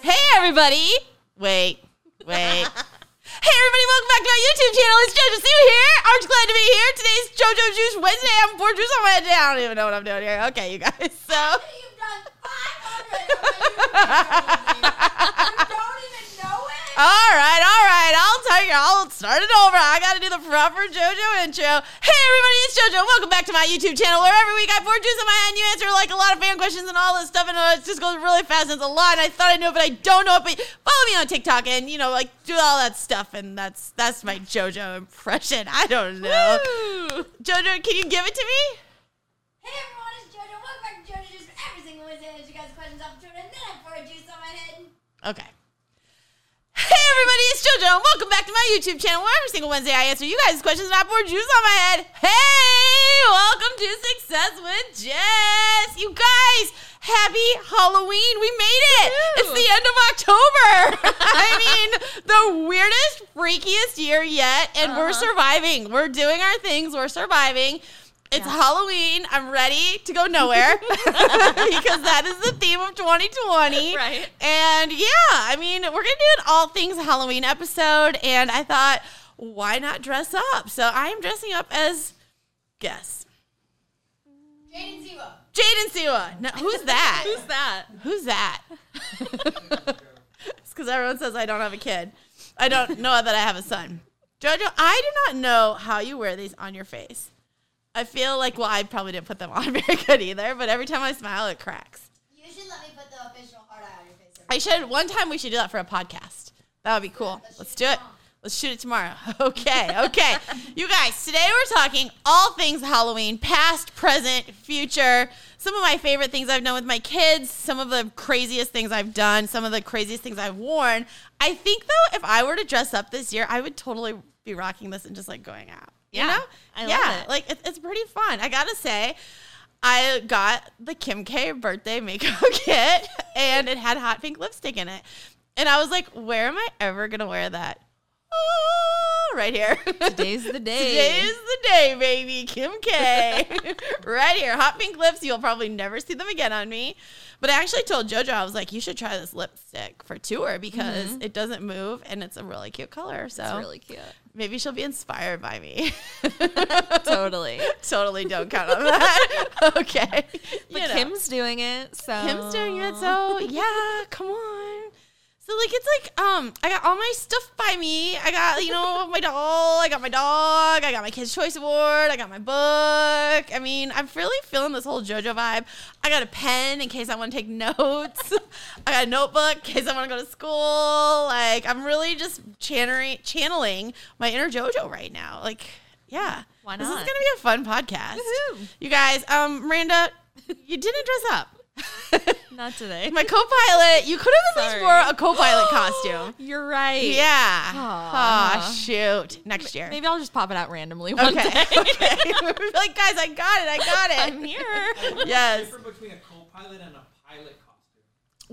Hey, everybody. Wait, wait. Hey everybody, welcome back to my YouTube channel. It's JoJo Sue here. I'm just glad to be here. Today's JoJo Juice Wednesday. I'm pouring juice on my head. I don't even know what I'm doing here. Okay, you guys. You've So done 500 You don't even know it. All right, all right. I'll tell you. I'll start it over. I got to do the proper JoJo intro. Hey, everybody, it's JoJo. Welcome back to my YouTube channel where every week I pour juice in my hand. You answer like a lot of fan questions and all this stuff, and uh, it just goes really fast. And it's a lot. And I thought I knew it, but I don't know it. But follow me on TikTok and you know, like do all that stuff. And that's that's my JoJo impression. I don't know. JoJo, can you give it to me? Hey everyone, it's JoJo. Welcome back to JoJo Juice. Every single Wednesday, I ask you guys questions off Twitter, and then I pour a juice on my head. Okay. Hey everybody, it's JoJo, and welcome back to my YouTube channel where every single Wednesday I answer you guys' questions and I pour juice on my head. Hey! Welcome to Success with Jess! You guys, happy Halloween! We made it! It's the end of October! I mean, the weirdest, freakiest year yet, and we're surviving. We're doing our things, we're surviving. It's Halloween. I'm ready to go nowhere because that is the theme of 2020. Right. And yeah, I mean, we're going to do an all things Halloween episode. And I thought, why not dress up? So I am dressing up as, guess, Jaden Zero. Jaden Siwa. No, who's that? Who's that? who's that? it's because everyone says I don't have a kid. I don't know that I have a son. Jojo, I do not know how you wear these on your face. I feel like, well, I probably didn't put them on very good either, but every time I smile, it cracks. You should let me put the official hard eye on your face. I should one time we should do that for a podcast. That would be cool. Let's do it. Let's shoot it tomorrow. Okay, okay. you guys, today we're talking all things Halloween, past, present, future. Some of my favorite things I've done with my kids, some of the craziest things I've done, some of the craziest things I've worn. I think though, if I were to dress up this year, I would totally be rocking this and just like going out. You Yeah, know? I love yeah, it. like it, it's pretty fun. I gotta say, I got the Kim K birthday makeup kit and it had hot pink lipstick in it. And I was like, where am I ever going to wear that? Oh, right here. Today's the day. Today is the day, baby. Kim K. right here. Hot pink lips. You'll probably never see them again on me. But I actually told JoJo, I was like, you should try this lipstick for tour because it doesn't move and it's a really cute color. So Mm-hmm. It's really cute. maybe she'll be inspired by me. Totally. totally don't count on that. okay. But You know. Kim's doing it, so Kim's doing it, so yeah, come on. So like it's like um I got all my stuff by me. I got you know my doll. I got my dog. I got my Kids Choice Award. I got my book. I mean I'm really feeling this whole JoJo vibe. I got a pen in case I want to take notes. I got a notebook in case I want to go to school. Like I'm really just channeling channeling my inner JoJo right now. Like yeah, Why This is not? gonna be a fun podcast. Woohoo. You guys, um, Miranda, you didn't dress up. not today. My co-pilot, you could have at least Sorry. wore a co-pilot costume. You're right. Yeah. Aw. Aw, shoot. Next year. Maybe I'll just pop it out randomly one okay. day. okay. We're like, guys, I got it. I got it. I'm here. Yes. difference between a co-pilot and a pilot costume.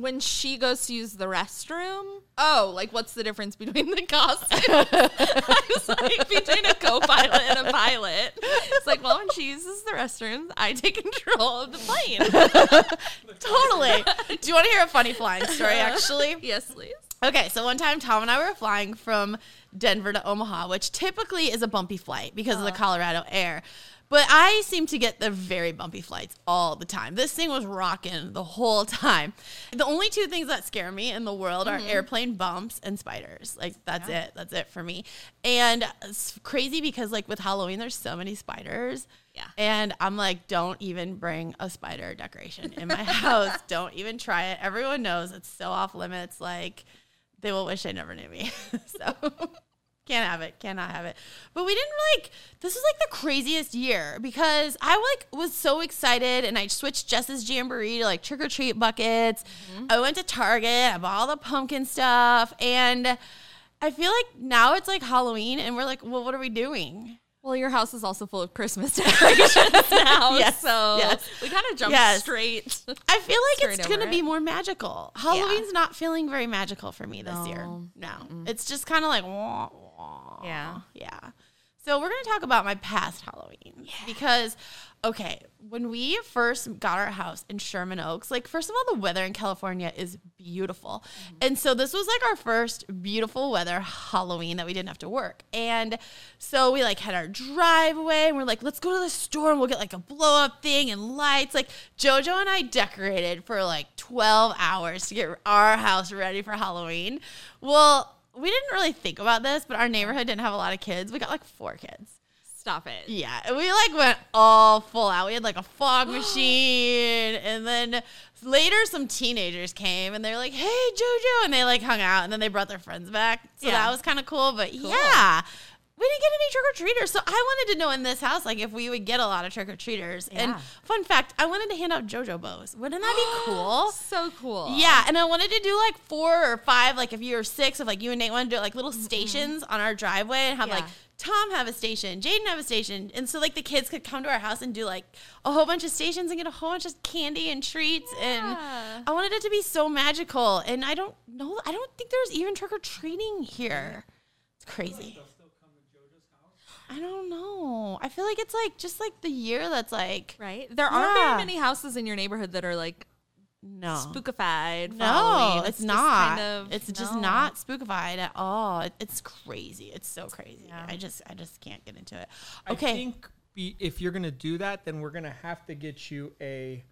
When she goes to use the restroom, oh, like what's the difference between the costumes? I was like between a co-pilot and a pilot. It's like, well, when she uses the restroom, I take control of the plane. Totally. Do you want to hear a funny flying story, actually? yes, please. Okay, so one time Tom and I were flying from Denver to Omaha, which typically is a bumpy flight because of the Colorado air. But I seem to get the very bumpy flights all the time. This thing was rocking the whole time. The only two things that scare me in the world are airplane bumps and spiders. Like that's it. That's it for me. And it's crazy because like with Halloween there's so many spiders. Yeah. And I'm like, don't even bring a spider decoration in my house. don't even try it. Everyone knows it's so off limits. Like, they will wish they never knew me. so, can't have it. Cannot have it. But we didn't like. This was like the craziest year because I like was so excited, and I switched Jess's jamboree to like trick or treat buckets. I went to Target. I bought all the pumpkin stuff, and I feel like now it's like Halloween, and we're like, well, what are we doing? Well, your house is also full of Christmas decorations now, Yes, so yes. we kind of jumped Yes. straight. I feel like Straight it's going to over be it. more magical. Halloween's not feeling very magical for me this year. No. No. It's just kind of like, wah, wah. Yeah. Yeah. So we're going to talk about my past Halloween because okay, when we first got our house in Sherman Oaks, like first of all, the weather in California is beautiful. And so this was like our first beautiful weather Halloween that we didn't have to work. And so we like had our driveway and we're like, let's go to the store and we'll get like a blow up thing and lights. Like Jojo and I decorated for like 12 hours to get our house ready for Halloween. Well, we didn't really think about this, but our neighborhood didn't have a lot of kids. We got like four kids. Stop it. Yeah, and we like went all full out. We had like a fog machine, and then later some teenagers came and they're like, "Hey, JoJo," and they like hung out, and then they brought their friends back. So Yeah. that was kind of cool. But yeah, we didn't get any trick or treaters. So I wanted to know in this house like if we would get a lot of trick or treaters. And Yeah. fun fact, I wanted to hand out JoJo bows. Wouldn't that be cool? So cool. Yeah, and I wanted to do like four or five, like if you were six, if like you and Nate wanted to do like little stations on our driveway and have like Mm-hmm. Yeah. Tom have a station, Jaden have a station, and so like the kids could come to our house and do like a whole bunch of stations and get a whole bunch of candy and treats, Yeah. and I wanted it to be so magical. And I don't know, I don't think there's even trick or treating here. It's crazy. They'll still come to JoJo's house. I don't know. I feel like it's like just like the year that's like Right? There aren't Yeah. very many houses in your neighborhood that are like no spookified. for No, Halloween. it's, just not. kind of- it's just no. not spookified at all. It- it's crazy. It's so crazy. I just I just can't get into it. Okay. I think be, if you're going to do that, then we're going to have to get you a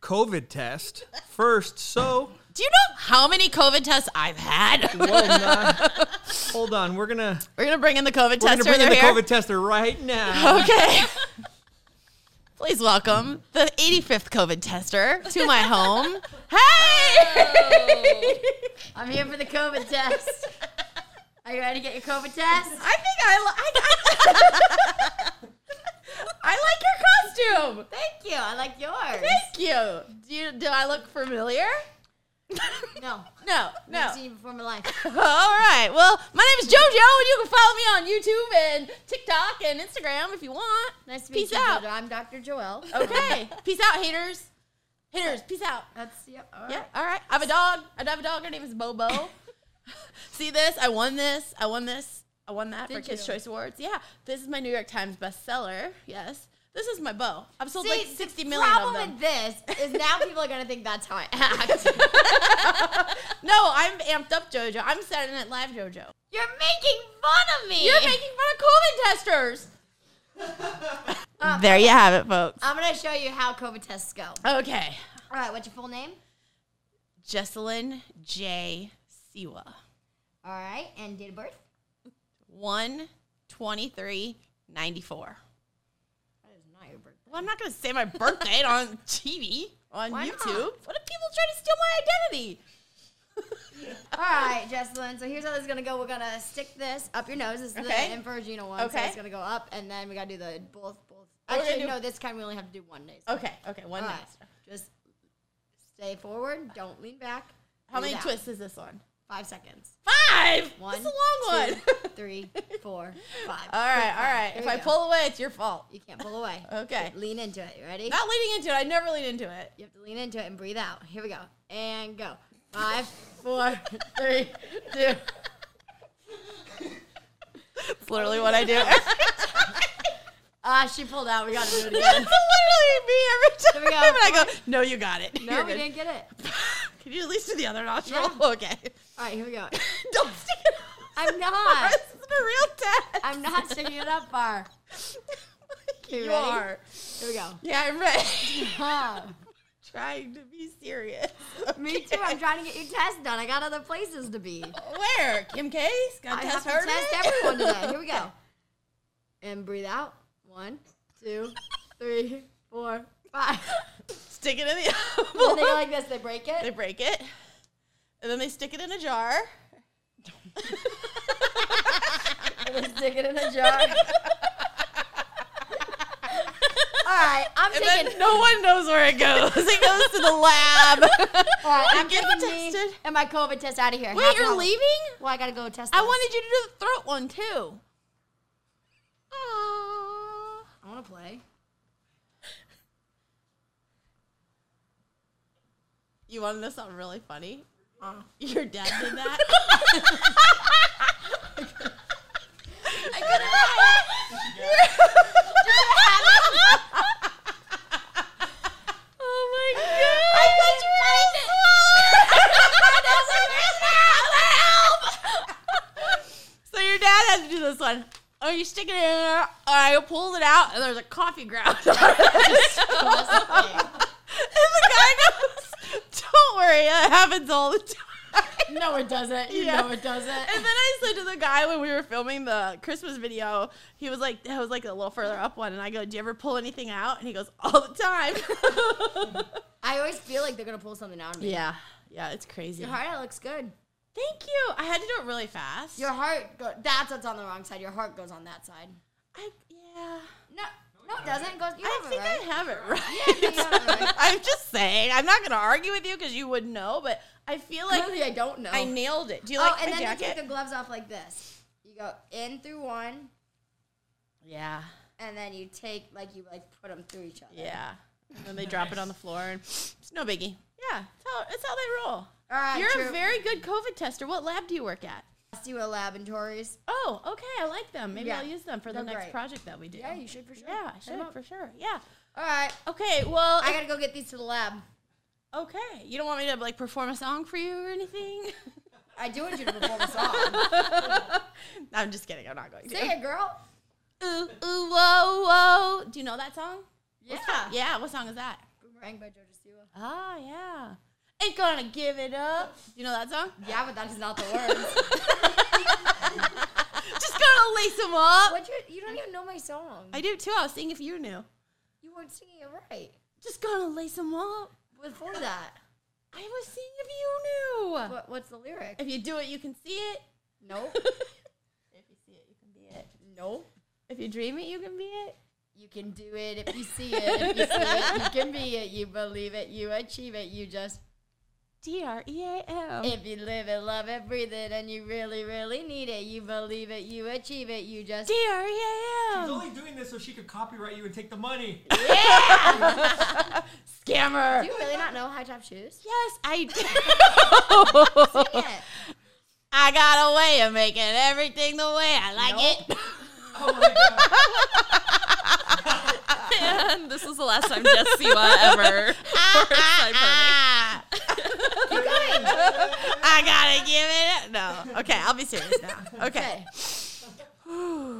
COVID test first. So, Do you know how many COVID tests I've had? well, nah, hold on. We're going to We're gonna bring in the COVID we're going tester. to bring in They're the here. COVID tester right now. Okay. Please welcome the 85th COVID tester to my home. Hey! I'm here for the COVID test. Are you ready to get your COVID test? I think I, li- I, I, I like your costume. Thank you. I like yours. Thank you. Do you, do I look familiar? No, No, no. I've seen you before in my life. All right. Well, my name is JoJo, and you can follow me on YouTube and TikTok and Instagram if you want. Nice to meet Peace you, out. Oh. Dodo. I'm Dr. Joelle. Okay. peace out, haters. Haters, peace out. That's yep. All right. Yeah. All right. I have a dog. I have a dog. Her name is Bobo. See this? I won this. I won this. I won that for Did Kids you? Choice Awards. Yeah. This is my New York Times bestseller. Yes. This is my bow. I've sold like the sixty million of problem them. with this is now people are going to think that's how I act. no, I'm amped up, JoJo. I'm Saturday Night Live, JoJo. You're making fun of me. You're making fun of COVID testers. there you have it, folks. I'm going to show you how COVID tests go. All Okay. right, what's your full name? Jesselyn J. Siwa. All right, and date of birth? 1 94 That is not your birth. Well, I'm not going to say my birthday on TV, on Why not? YouTube. What if people try to steal my identity? All right, Jesselyn. So here's how this is gonna go. We're gonna stick this up your nose. This is Okay. the Infergino one. So Okay. it's gonna go up, and then we gotta do the both, both. We're gonna Actually, do- no. This time we only have to do one day. Okay, okay, one All right. next. Just stay forward. Don't lean back. How Breathe many out. twists is this one? Five seconds. Five! One. That's a long two, one. three, four, five. all right, all right. There If you I go. pull away, it's your fault. you can't pull away. Okay. Lean into it. You ready? Not leaning into it. I never lean into it. You have to lean into it and breathe out. Here we go. And go. Five. Four, three, two. It's literally what I do. Ah, she pulled out. We gotta do it That's again. literally me every time. There we go. And I go, no, you got it. No, You're we good." didn't get it. Can you at least do the other nostril? Yeah. Okay. All right, here we go. Don't stick it up. I'm not. This is a real test. I'm not sticking it up far. you ready? are. Here we go. Yeah, I'm ready. Ah, Trying to be serious. me too. I'm trying to get your test done. I got other places to be. Where? Kim K's? Got I to test have her to test today? everyone today. Here we go. And breathe out. One, two, three, four, five. Stick it in the When they go envelope. like this, they break They it. break it. And then they stick it in a jar. And they stick it in a jar. All right, I'm And taking. then no one knows where it goes. It goes to the lab. all right, I'm Get taking me tested. and my COVID test out of here. Wait, Half you're hour. leaving? Well, I gotta go test. I this. wanted you to do the throat one too. Aww. I want to play. You want to know something really funny? Your dad did that. oh, you stick it in there. And I pulled it out, and there's a coffee ground. and the guy goes, "Don't worry, that happens all the time." No, it doesn't. You Yeah. know it doesn't. And then I said to the guy when we were filming the Christmas video, he was like, "I was like a little further up one," and I go, "Do you ever pull anything out?" And he goes, "All the time." I always feel like they're gonna pull something out of me. yeah, yeah, it's crazy. Your heart out looks good. Thank you. I had to do it really fast. Your heart go- that's what's on the wrong side. Your heart goes on that side. I, yeah, No, no, it doesn't. It goes. You I have it think right. I have it right. Yeah, you have it right. I'm just saying. I'm not gonna argue with you because you would know, but I feel like Clearly, I don't know. I nailed it. Do you oh, like and my then you take jacket? the gloves off like this. You go in through one, yeah, and then you take like you like put them through each other. yeah. And then they drop it on the floor, and it's no biggie. Yeah, it's how, it's how they roll. All right, You're Drew, a very good COVID tester. What lab do you work at? let's do a laboratories. Oh, okay. I like them. Maybe Yeah. I'll use them for the They're next great. project that we do. Yeah, you should for sure. Yeah, I Hit 'em should up. for sure. Yeah. All right, Okay. Well. I gotta go get these to the lab. okay. You don't want me to like perform a song for you or anything? I do want you to perform a song. I'm just kidding. I'm not going Sing to. it, girl. Ooh, ooh, whoa, whoa. Do you know that song? Yeah. Yeah. What song is that? Boomerang by Jojo Siwa. Oh, yeah. Ain't gonna give it up. Do you know that song? Um, Yeah, but that is not the words. just gonna lace them up. what you? You don't even know my song. I do too. I was seeing if you knew. you weren't singing it right Just gonna lace them up. before that. I was seeing if you knew. What, what's the lyric? If you do it, you can see it. Nope. If you see it, you can be it. nope. If you dream it, you can be it. You can do it if you see it. If you see it, you can be it. You believe it. You achieve it. You just D R E A M. If you live it, love it, breathe it, and you really, really need it, you believe it, you achieve it, you just. D R E A She's M. only doing this so she could copyright you and take the money. Scammer. Do you really not know high top shoes? Yes, I do. Yeah. I got a way of making everything the way I like it. Oh my god. and this is the last time Jess Siwa ever works my pony. Ah, I gotta give it. No. Okay, I'll be serious now. Okay. Okay.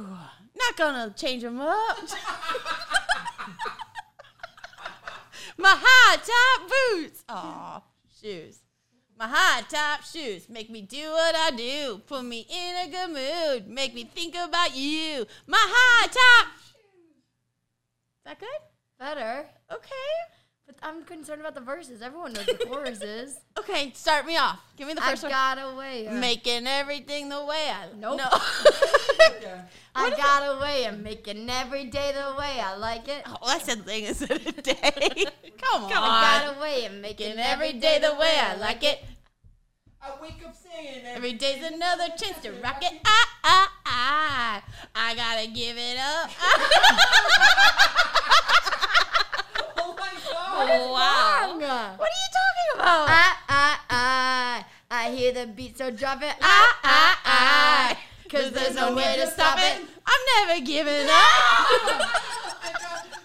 Not gonna change them up. My high top boots. Aw, shoes. My high top shoes make me do what I do. Put me in a good mood. Make me think about you. My high top. Is that good? Better. Okay. But I'm concerned about the verses. Everyone knows the choruses. Okay, start me off. Give me the I first one. got a way. Of, Making everything the way I Nope. No. I got a way of making every day the way I like it. All I said thing is a day. Come on. I got a way of making Making every day the way I like it. I wake up singing and Every day's another chance to rock it. Ah, ah, ah. I gotta give it up. Ah. oh my god. Wow. Wrong. What are you talking about? I, I, I, I hear the beat, so drop it. I, Ah! I, I. Cause there's no way to stop it. I'm never giving up.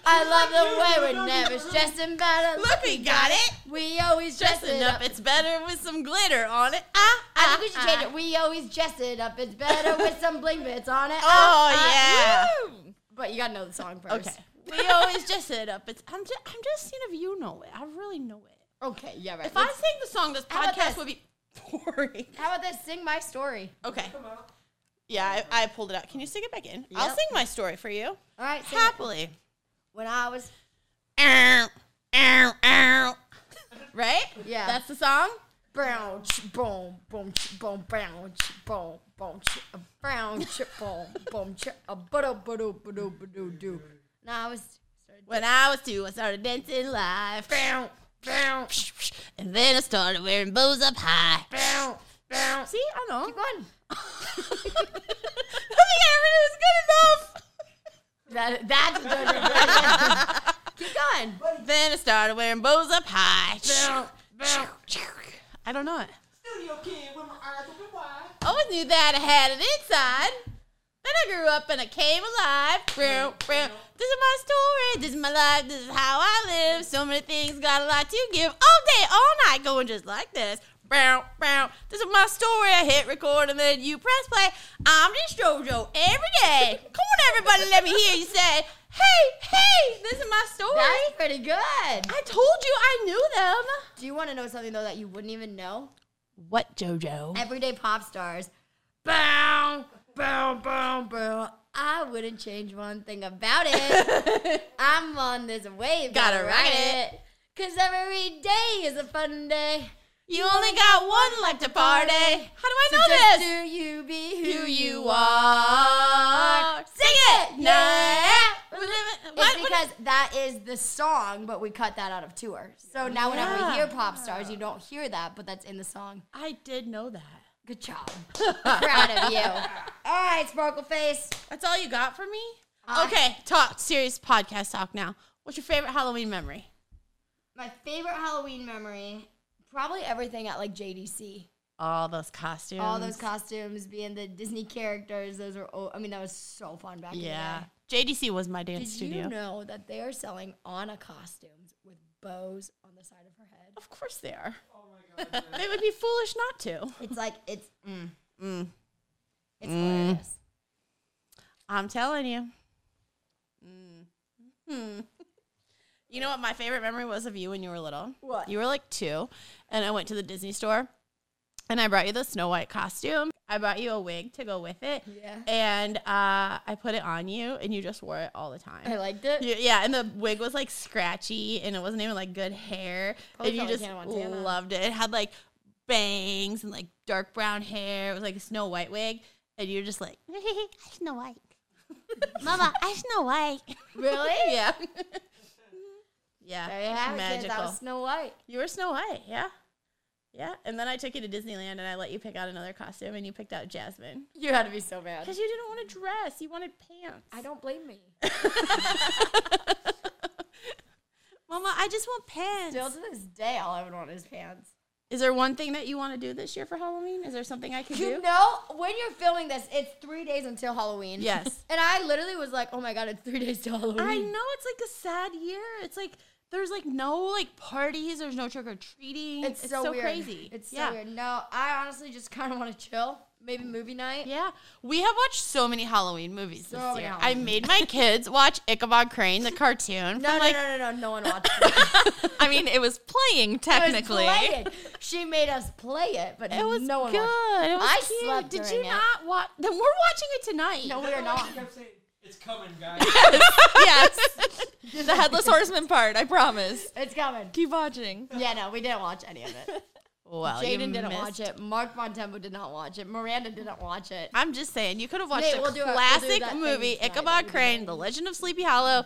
I love the way we're never stressing about it. Look, we got it. We always dress Dressing it up, up. it's better with some glitter on it. Ah, I think we should change it. We always dress it up. It's better with some bling bits on it. Oh, Ah, ah. yeah. But you gotta know the song first. Okay. We always dress it up. It's I'm just I'm just seeing if you know it. I really know it. Okay. Yeah. Right. If I sang the song, this How about podcast this? would be boring. How about this? Sing my story. Okay. Yeah, I, I pulled it out. Can you sing it back in? I'll Yep. sing my story for you. All right. Sing it. Happily. When I was Ow, ow, ow. Right? Yeah. That's the song? brown, ch- boom, boom, ch- boom, brown, ch- boom, boom, ch- uh, brown, ch- boom, boom, ch- a budo, budo, budo, budo, do. No, I was When I was two, I started dancing live. brown, brown, And then I started wearing bows up high. brown, brown. See, I know. Keep going. I think I really was good That, enough. that's a good Keep going. Then I started wearing bows up high. Bow, bow. I don't know it. Oh, Studio kid with my eyes open wide. I always knew that I had it inside. Then I grew up and I came alive. Brow, brow. This is my story. This is my life. This is how I live. So many things, got a lot to give. All day, all night, going just like this. Bow, bow. This is my story. I hit record and then you press play. I'm just JoJo every day. Come on, everybody, let me hear you say, hey, hey, this is my story. That's pretty good. I told you I knew them. Do you want to know something though that you wouldn't even know? What, JoJo? Everyday pop stars. Bow, bow, bow, bow. I wouldn't change one thing about it. I'm on this wave. Gotta ride it. Cause every day is a fun day. You only got one left to party. How do I So know just this? do you be who, Who you you are? are. Sing it! Yeah. Nah. What- It's what- because that is the song, but we cut that out of tour. So now whenever we Yeah. hear pop stars, you don't hear that, but that's in the song. I did know that. Good job. Proud of you. All right, Sparkleface. That's all you got for me? Uh, okay, talk. Serious podcast talk now. What's your favorite Halloween memory? My favorite Halloween memory, probably everything at like JDC. All those costumes. All those costumes, being the Disney characters, those were, oh, I mean, that was so fun back in the Yeah. day. JDC was my dance Did studio. you know that they are selling Anna costumes with bows on the side of her head? Of course they are. they would be foolish not to. It's like, it's, mm, mm. It's hilarious. I'm telling you. Mm. Hmm. You know what my favorite memory was of you when you were little? What? You were like two, and I went to the Disney store, and I brought you the Snow White costume. I brought you a wig to go with it. Yeah. And uh, I put it on you, and you just wore it all the time. I liked it. Y- Yeah, and the wig was like scratchy, and it wasn't even like good hair, Probably and you felt like just Hannah Montana. loved it. It had like bangs and like dark brown hair. It was like a Snow White wig, and you're just like I Snow White, Mama, I Snow White. Really? yeah, yeah, There you have it, kids. magical. That was Snow White. you were Snow White, yeah, yeah. And then I took you to Disneyland, and I let you pick out another costume, and you picked out Jasmine You had to be so mad. because you didn't want a dress, you wanted pants. I don't blame me. Mama, I just want pants. Still to this day, all I would want is pants. Is there one thing that you want to do this year for Halloween? Is there something I can You do? know, when you're filming this, it's three days until Halloween. Yes. And I literally was like, oh my God, it's three days till Halloween. I know it's like a sad year. It's like there's like no like parties. There's no trick or treating. It's, so, weird. crazy. It's so yeah. weird. No, I honestly just kind of want to chill. Maybe movie night. Yeah, we have watched so many Halloween movies So this many year. I Halloween made my kids watch Ichabod Crane, the cartoon. No, from, no, like, no, no, no. No one watched it. I mean, it was It playing was technically. playing. She made us play it, but It was no one good. watched It was I cute. slept Did you during it. not watch? Then we're watching it tonight. it. No, we are not. She kept saying, it's coming, guys. yes. The headless horseman part, I promise. It's coming. Keep watching. Yeah, no, we didn't watch any of it. well, you Jaden didn't missed. watch it. Mark Montempo did not watch it. Miranda didn't watch it. I'm just saying, you could have watched Nate, a we'll do it- we'll do classic that thing movie, tonight that we Ichabod did. Crane, The Legend of Sleepy Hollow.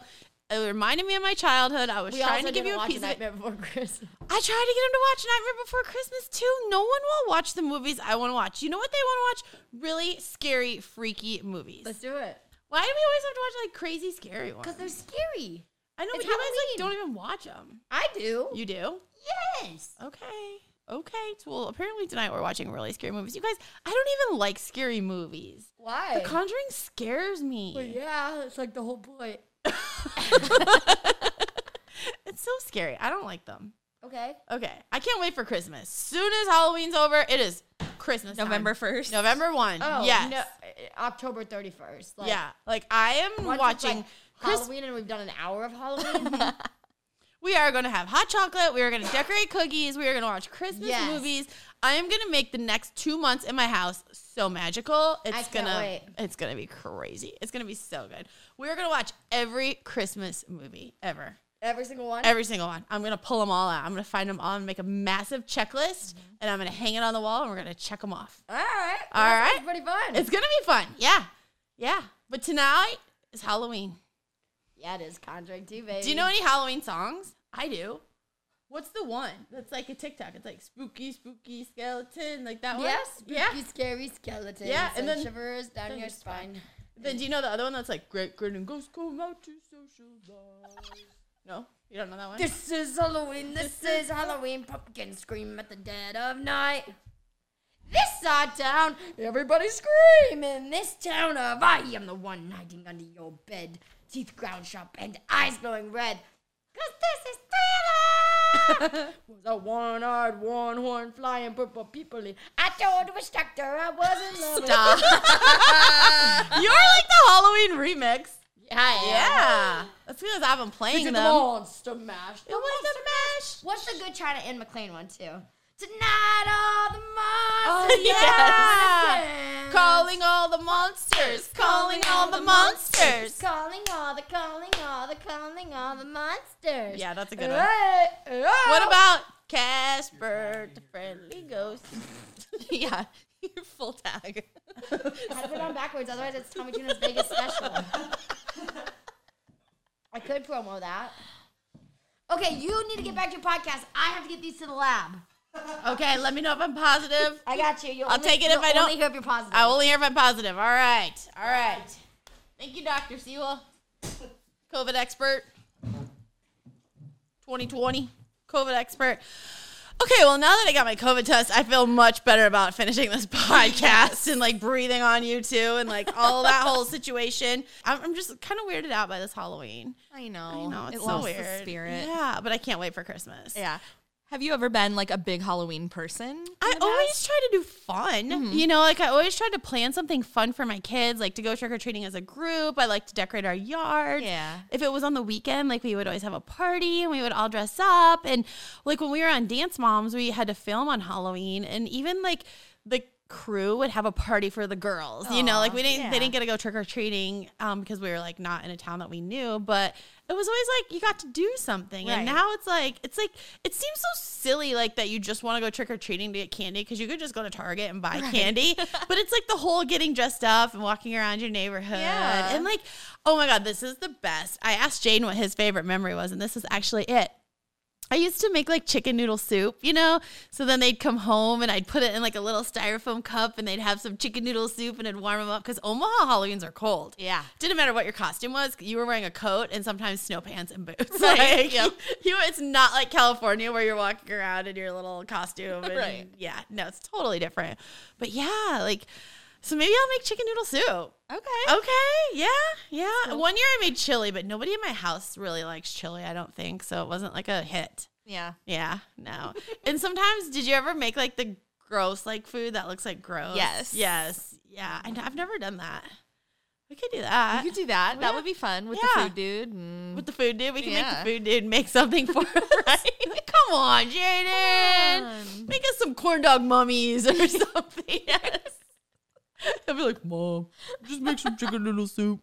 It reminded me of my childhood. I was We trying also to give didn't you a watch piece of it. Nightmare Before Christmas. I tried to get him to watch Nightmare Before Christmas too. No one will watch the movies I want to watch. You know what they want to watch? Really scary, freaky movies. Let's do it. Why do we always have to watch like crazy, scary ones? Because they're scary. I know, it's but you guys Halloween. like don't even watch them. I do. You do? yes. Okay. Okay. So, Well, apparently tonight we're watching really scary movies. You guys, I don't even like scary movies. Why? The Conjuring scares me. Well, yeah, it's like the whole point. It's so scary. I don't like them. Okay. Okay. I can't wait for Christmas. Soon as Halloween's over, it is Christmas. time. November 1st. November 1. Oh, yes. no, uh, October 31st. Like, yeah. Like I am once it's, watching like, Chris- Halloween and we've done an hour of Halloween. we are going to have hot chocolate. We are going to decorate cookies. We are going to watch Christmas Yes. movies. I am going to make the next 2 months in my house so magical. It's can't going to wait. it's going to be crazy. It's going to be so good. We're going to watch every Christmas movie ever. Every single one. Every single one. I'm gonna pull them all out. I'm gonna find them all and make a massive checklist, Mm-hmm. and I'm gonna hang it on the wall, and we're gonna check them off. All right. All That sounds right. Pretty fun. It's gonna be fun. Yeah, yeah. But tonight is Halloween. yeah, it is Conjuring 2, baby. Do you know any Halloween songs? I do. What's the one that's like a TikTok? It's like spooky, spooky skeleton, like that one. Yes. yeah. Spooky, scary skeletons. Yeah, and then- shivers down then your your spine. spine. Then do you know the other one that's like great, great, and ghosts come out to socialize? No, you don't know that one. This is Halloween. This is Halloween. Pumpkins scream at the dead of night. This our town. Everybody scream in this town of I am the one hiding under your bed, teeth ground sharp and eyes glowing red. Cause this is thriller. was a one-eyed, one-horned, flying purple people. I told the doctor I was in love. with- Stop. You're like the Halloween remix. Yeah, Yeah. That's because I've been It's playing a them. monster mash. It was a mash. What's the good China and McLean one too? Tonight all the monsters. Oh, yeah. dance. Calling all the monsters. Calling all the monsters. Calling all the, calling all the, calling all the monsters. Yeah, that's a good one. Hey, oh. What about Casper, the friendly ghost? yeah, your full tag. I had to put it on backwards, otherwise it's Tommy Tuna's Vegas special. I could promo that. Okay, you need to get back to your podcast. I have to get these to the lab. Okay, let me know if I'm positive. I got you. You'll I'll only- take it if you'll I don't- Only hear if you're positive. I will hear if I'm positive. All right. All right. Thank you, Dr. Sewell. COVID expert. 2020. COVID expert. Okay, well, now that I got my COVID test, I feel much better about finishing this podcast and like breathing on you two and like all that whole situation. I'm, I'm just kind of weirded out by this Halloween. I know. You know, it's it so lost weird. the spirit. Yeah, but I can't wait for Christmas. Yeah. Have you ever been like a big Halloween person? I always try to do fun. Mm-hmm. You know, like I always try to plan something fun for my kids, like to go trick or treating as a group. I like to decorate our yard. Yeah. If it was on the weekend, like we would always have a party and we would all dress up. And like when we were on Dance Moms, we had to film on Halloween. And even like the crew would have a party for the girls. you know, like we didn't they yeah. didn't get to go trick or treating um, because we were like not in a town that we knew. But it was always like you got to do something. And Right. now it's like it's like it seems so silly like that you just want to go trick or treating to get candy because you could just go to Target and buy candy. but it's like the whole getting dressed up and walking around your neighborhood. Yeah. And like, oh my God, this is the best. I asked Jaden what his favorite memory was, and this is actually it. I used to make like chicken noodle soup, you know? So then they'd come home and I'd put it in like a little styrofoam cup and they'd have some chicken noodle soup and it'd warm them up because Omaha Halloweens are cold. Yeah. Didn't matter what your costume was, you were wearing a coat and sometimes snow pants and boots. Right, Like, yep. you, it's not like California where you're walking around in your little costume. And Right. Yeah, no, it's totally different. But yeah, like, so maybe I'll make chicken noodle soup. Okay. Okay, yeah, yeah. One year I made chili, but nobody in my house really likes chili, I don't think. So it wasn't like a hit. Yeah. Yeah, no. and sometimes, did you ever make like the gross like food that looks like gross? Yes. Yes. Yeah. I, have never done that. We could do that. You could do that. that yeah. would be fun with Yeah. the food dude. And with the food dude. We can Yeah. make the food dude make something for us. Come on, Jaden. on. Make us some corn dog mummies or something. I'd be like, Mom, just make some chicken noodle soup.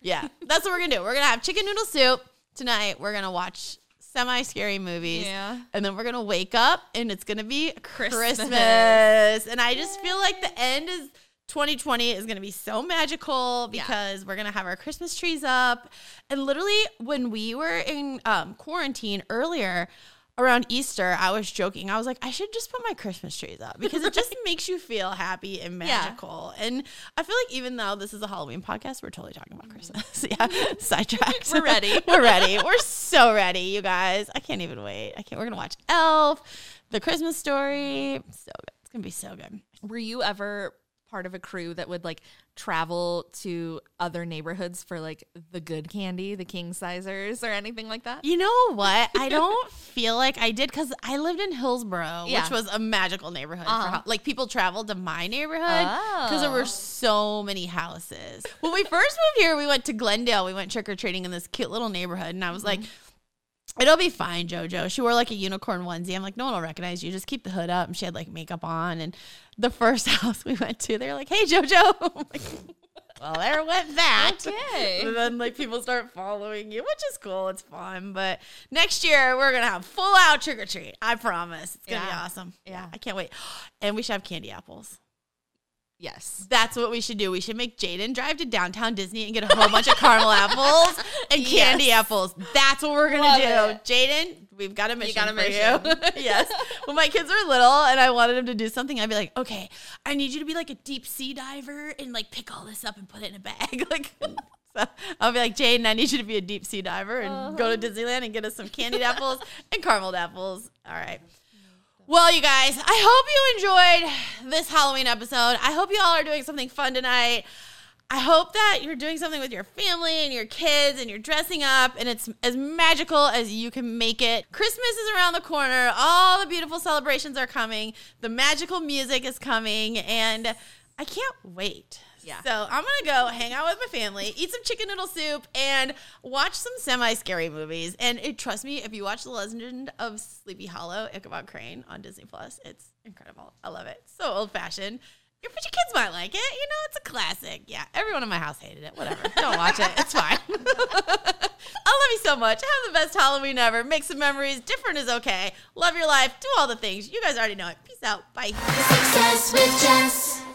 Yeah, that's what we're gonna do. We're gonna have chicken noodle soup tonight. We're gonna watch semi scary movies. Yeah. And then we're gonna wake up and it's gonna be Christmas. Christmas. And I just feel like the end is 2020 is gonna be so magical because we're gonna have our Christmas trees up. And literally, when we were in um, quarantine earlier, around Easter, I was joking. I was like, I should just put my Christmas trees up because it just makes you feel happy and magical. And I feel like even though this is a Halloween podcast, we're totally talking about Christmas. yeah, sidetracked. We're ready. we're ready. We're so ready, you guys. I can't even wait. I can't. We're gonna watch Elf, The Christmas Story. So good. It's gonna be so good. Were you ever part of a crew that would like travel to other neighborhoods for like the good candy, the king sizers, or anything like that? You know what? I don't feel like I did because I lived in Hillsboro, Yeah. which was a magical neighborhood. for Uh-huh. hou- like people traveled to my neighborhood because there Oh. were so many houses. When we first moved here, we went to Glendale. We went trick or treating in this cute little neighborhood, and I was like. It'll be fine, Jojo. She wore like a unicorn onesie. I'm like, no one will recognize you. Just keep the hood up. And she had like makeup on. And the first house we went to, they're like, hey, Jojo. I'm like, well, there went that. Okay. And then like people start following you, which is cool. It's fun. But next year we're gonna have full out trick or treat. I promise. It's gonna be Yeah. awesome. Yeah. I can't wait. And we should have candy apples. Yes. That's what we should do. We should make Jaden drive to downtown Disney and get a whole bunch of caramel apples and candy apples. That's what we're gonna Love do. Jaden, we've got a mission. got a for mission. You. yes. When my kids were little and I wanted them to do something, I'd be like, okay, I need you to be like a deep sea diver and like pick all this up and put it in a bag. Like so I'll be like, Jaden, I need you to be a deep sea diver and go Uh-huh. to Disneyland and get us some candied apples and caramel apples. All right. Well, you guys, I hope you enjoyed this Halloween episode. I hope you all are doing something fun tonight. I hope that you're doing something with your family and your kids and you're dressing up and it's as magical as you can make it. Christmas is around the corner. All the beautiful celebrations are coming. The magical music is coming and I can't wait. Yeah. So I'm gonna go hang out with my family, eat some chicken noodle soup, and watch some semi-scary movies. And it, trust me, if you watch The Legend of Sleepy Hollow, Ichabod Crane on Disney Plus, it's incredible. I love it. So old-fashioned. Your, but your kids might like it. You know, it's a classic. Yeah, everyone in my house hated it. Whatever. Don't watch it. It's fine. I love you so much. Have the best Halloween ever. Make some memories. Different is okay. Love your life. Do all the things. You guys already know it. Peace out. Bye. Success with Jess.